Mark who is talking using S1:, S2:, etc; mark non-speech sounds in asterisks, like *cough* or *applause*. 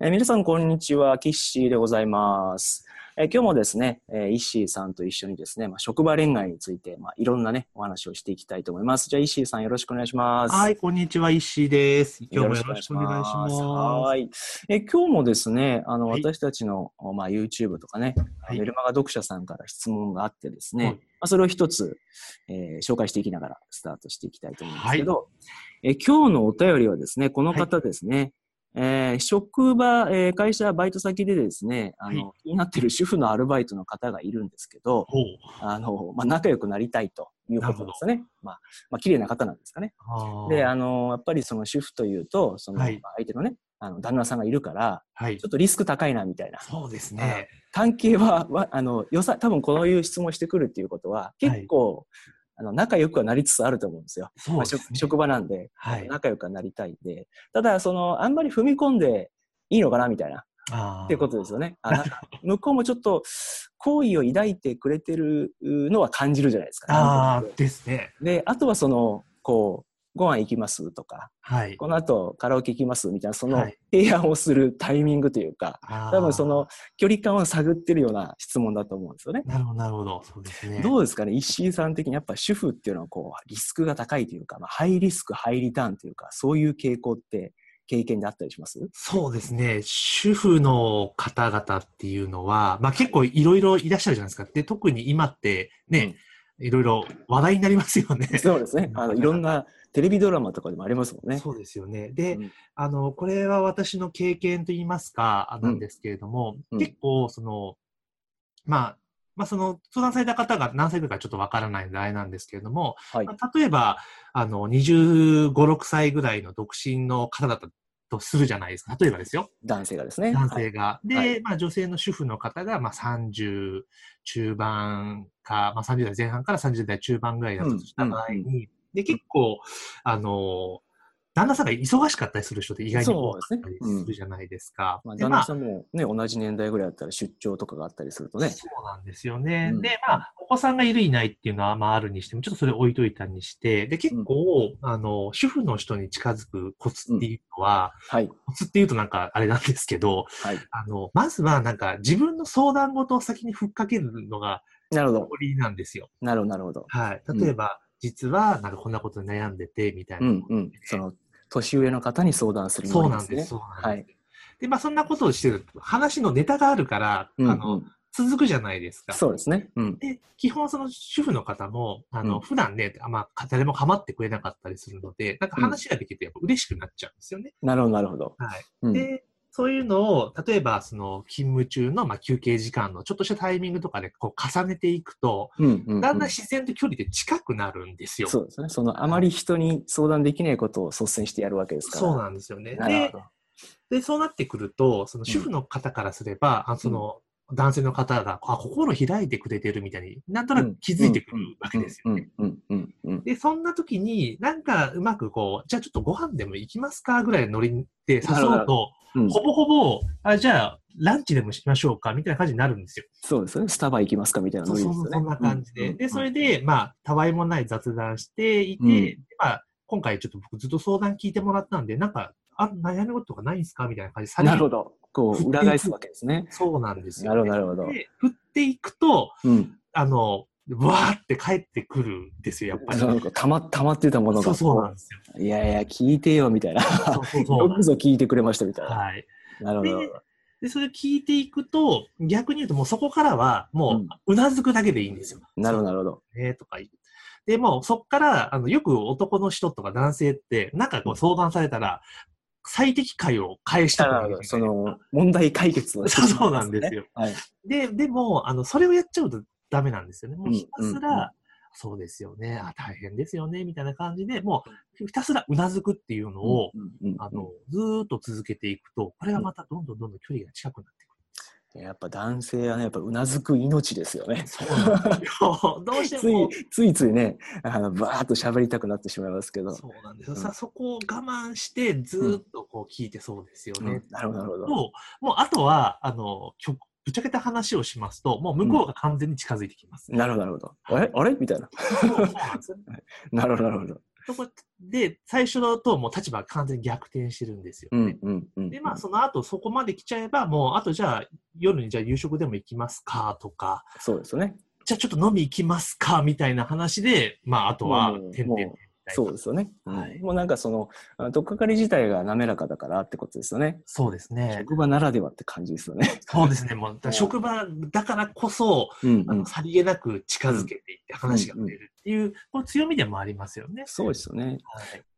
S1: えー皆さん、こんにちは。キッシーでございます。えー今日もですね、えーイッシーさんと一緒にですね、まあ、職場恋愛について、まあ、いろんなね、お話をしていきたいと思います。じゃあ、イッシーさんよろしくお願いします。
S2: はい、こんにちは、石井です。今日もよろしくお願いします。
S1: はい。え、今日もですね、あの、
S2: はい
S1: 私たちの、まあ、YouTube とかね、
S2: はい
S1: メルマガ読者さんから質問があってですね、
S2: はい
S1: まあ、それを一つ、えー紹介していきながらスタートしていきたいと思うんですけど、え、今日のお便りはですね、この方ですね、えー職場、えー会社、バイト先でですね、あの、
S2: は
S1: 気になってる主婦のアルバイトの方がいるんですけど、
S2: ほう
S1: あの、まあ、仲良くなりたいということですね。まあ、まあ、綺麗な方なんですかね。
S2: あー
S1: で、あの、やっぱりその主婦というと、その
S2: はい
S1: まあ相手のね、あの旦那さんがいるから、
S2: はい
S1: ちょ。っとリスク高いなみたいな。
S2: そうですね。
S1: 関係は、わあの、よさ、多分こういう質問してくるっていうことは、結構、あの、仲良くはなりつつあると思うんですよ。
S2: そう
S1: ま
S2: で
S1: あ、
S2: すね
S1: 職。職場なんで、
S2: はい。
S1: 仲良くはなりたいんで。ただ、その、あんまり踏み込んでいいのかなみたいな、
S2: あー
S1: っていうことですよね。あなんか向こうもちょっと、好意を抱いてくれてるのは感じるじゃないですか、
S2: あーですね。
S1: で、あとはその、こう、ご飯行きますとか、
S2: はい。
S1: この後カラオケ行きますみたいな、その
S2: はい
S1: 提案をするタイミングというか、多
S2: 多
S1: 分その。距離感を探ってるような質問だと思うんですよね。
S2: なるほど、なるほど。そうですね。
S1: どうですかね石井さん的にやっぱ主婦っていうのはこうリスクが高いというか、まあ、ハイリスク、ハイリターンというか、そういう傾向って経験であったりします
S2: *laughs* そうですね。主婦の方々っていうのは、まあ結構いろいろいらっしゃるじゃないですか。で、特に今ってね、いろいろ話題になりますよね。
S1: そうですね。あのいろんなテレビドラマとかでもありますもんね。
S2: そうですよね。で、
S1: うん
S2: あの、これは私の経験といいますか、あなんですけれども、
S1: うん
S2: 結構、その、まあ、まあ、その、相談された方が何歳ぐらいかちょっとわからないのであれなんですけれども、
S1: はい。
S2: まあ例えば、あの、25、6歳ぐらいの独身の方だったとするじゃないですか。例えばですよ。
S1: 男性がですね。
S2: 男
S1: はい
S2: 性が。で、
S1: は
S2: まあ女性の主婦の方が、まあ30中盤か、まあ30代前半から30代中盤ぐらいだとした場合に、
S1: うん
S2: で、結構、あの、旦那さんが忙しかったりする人って意外に多かったり
S1: そうですねうん
S2: するじゃないですか。
S1: まあ、
S2: で、
S1: 旦
S2: ま
S1: 那
S2: あ
S1: さ、んもね、同じ年代ぐらいだったら出張とかがあったりするとね。
S2: そうなんですよね。
S1: うん
S2: で、まあ、お子さんがいるいないっていうのは、まあ、あるにしても、ちょっとそれ置いといたにして、で、結構、あの、主婦の人に近づくコツっていうのは、
S1: はい。
S2: コツっていうとなんかあれなんですけど、
S1: はい。
S2: あの、まずはなんか自分の相談事を先にふっかけるのが
S1: なるほど。
S2: 残りなんですよ。
S1: なるほど、なるほど。
S2: はい。例えば、実はなんかこんなことで悩んでて、みたいな。
S1: うんうん。その、年上の方に相談する
S2: そう
S1: もの
S2: なんです。そうなん
S1: は
S2: で
S1: い
S2: す。。で、まあそんなことをしてると、話のネタがあるから、
S1: うん
S2: あ
S1: う
S2: の、
S1: ん
S2: 続くじゃないですか。
S1: そうですね。うん。
S2: で、基本その主婦の方も、あの、
S1: うん
S2: 普段ね、あんま誰も構ってくれなかったりするので、なんか話ができてやっぱ嬉しくなっちゃうんですよね。
S1: なるほど、なるほど。
S2: はい。
S1: うん。
S2: で、そういうのを、例えば、その、勤務中の、まあ、休憩時間の、ちょっとしたタイミングとかで、こう、重ねていくと、
S1: うんうんう
S2: だんだん
S1: ん
S2: 自然と距離で近くなるんですよ。
S1: そうですね。その、あまり人に相談できないことを率先してやるわけですから。
S2: そうなんですよね。
S1: なる
S2: で
S1: ほど。
S2: で、そうなってくると、その主婦の方からすれば、あその、男性の方が、あ、心開いてくれてるみたいになんとなく気づいてくるわけですよね。
S1: うんうんうんうんうん。
S2: で、そんな時に、なんかうまくこう、じゃあちょっとご飯でも行きますかぐらいのノリで誘
S1: なるほ
S2: うと、
S1: うん
S2: ほぼほぼ、あ、じゃあランチでもしましょうかみたいな感じになるんですよ。
S1: そうですね。スタバ行きますかみたいな
S2: そう
S1: ノリ
S2: そ
S1: で
S2: う
S1: すよ
S2: そう、
S1: ね。
S2: そんな感じで。で、それ
S1: で、
S2: で、まあ、たわいもない雑談していて、
S1: うん
S2: でまあ、今回ちょっと僕ずっと相談聞いてもらったんで、なんか、あ、悩み事とかないんすかみたいな感じで、
S1: なるほ
S2: ど。
S1: ど。こう、裏返すわけです
S2: *laughs*
S1: ね。
S2: そうなんですよ、
S1: なるほど、なるほど。
S2: で、振っていくと、
S1: うん。
S2: あの、わーって帰ってくるんですよ、やっぱり。
S1: なんかたま、たまってたものが。
S2: そうそうなんですよ。
S1: いやいや、聞いてよ、みたいな。
S2: そうそうそ
S1: よ
S2: う。
S1: くぞ聞いてくれました、みたいな。
S2: はい。
S1: なるほど。
S2: でで、それ聞いていくと、逆に言うともうそこからは、もう、うなずくだけでいいんですよ。
S1: なるほど、なるほど。
S2: ね、とか言う。で、もうそっから、あの、よく男の人とか男性って、なんかこう相談されたら、最適解を返した
S1: なるほど。その、問題解決をして
S2: *laughs* そう
S1: しま
S2: そうなんです
S1: ね。
S2: よ。
S1: はい。
S2: で、でも、あの、それをやっちゃうとダメなんですよね。もうひたすら、
S1: うんうんうん
S2: そうですよね、あ、大変ですよね、みたいな感じで、もう、ひたすらうなずくっていうのを、
S1: うんうん
S2: あの、ずーっと続けていくと、これがまたどんどんどんどん距離が近くなってくる。
S1: やっぱ男性はね、やっぱうなずく命ですよね。
S2: そうなんですよ。 *laughs* どうして
S1: つい
S2: も。、
S1: ついついね、あの、ばーっと喋りたくなってしまいますけど。
S2: そうなんですよ。
S1: うん
S2: さそこを我慢して、ずーっとこう聞いてそうですよ
S1: う
S2: ね。
S1: んなるほど、なるほど。
S2: もう、もうあとは、あの、きょぶっちゃけた話をしますと、もう向こうが完全に近づいてきます。
S1: なるほど、なるほど。あれあれみたいな。
S2: そうそうなんですよね
S1: なるほど、なるほど。
S2: とこで、最初のともう立場が完全に逆転してるんですよ
S1: う
S2: ね
S1: ん。うんうん。
S2: で、まあ、その後、そこまで来ちゃえば、もう、あとじゃあ、夜にじゃあ夕食でも行きますかとか、
S1: そうですよね。
S2: じゃあちょっと飲み行きますかみたいな話で、まあ、あとは
S1: もうもう、
S2: 点
S1: も
S2: 々
S1: う
S2: みたいな
S1: そうですよね。
S2: は
S1: はいい。もうなんかその、あとっかかり自体が滑らかだからってことですよね。
S2: そうですね。
S1: 職場ならではって感じですよね。
S2: そうですね。もう、だから
S1: うん
S2: 職場だからこそ、
S1: うん
S2: あの、さりげなく近づけていって話が出るっていう、この強みでもありますよね。
S1: そうですよね。
S2: はい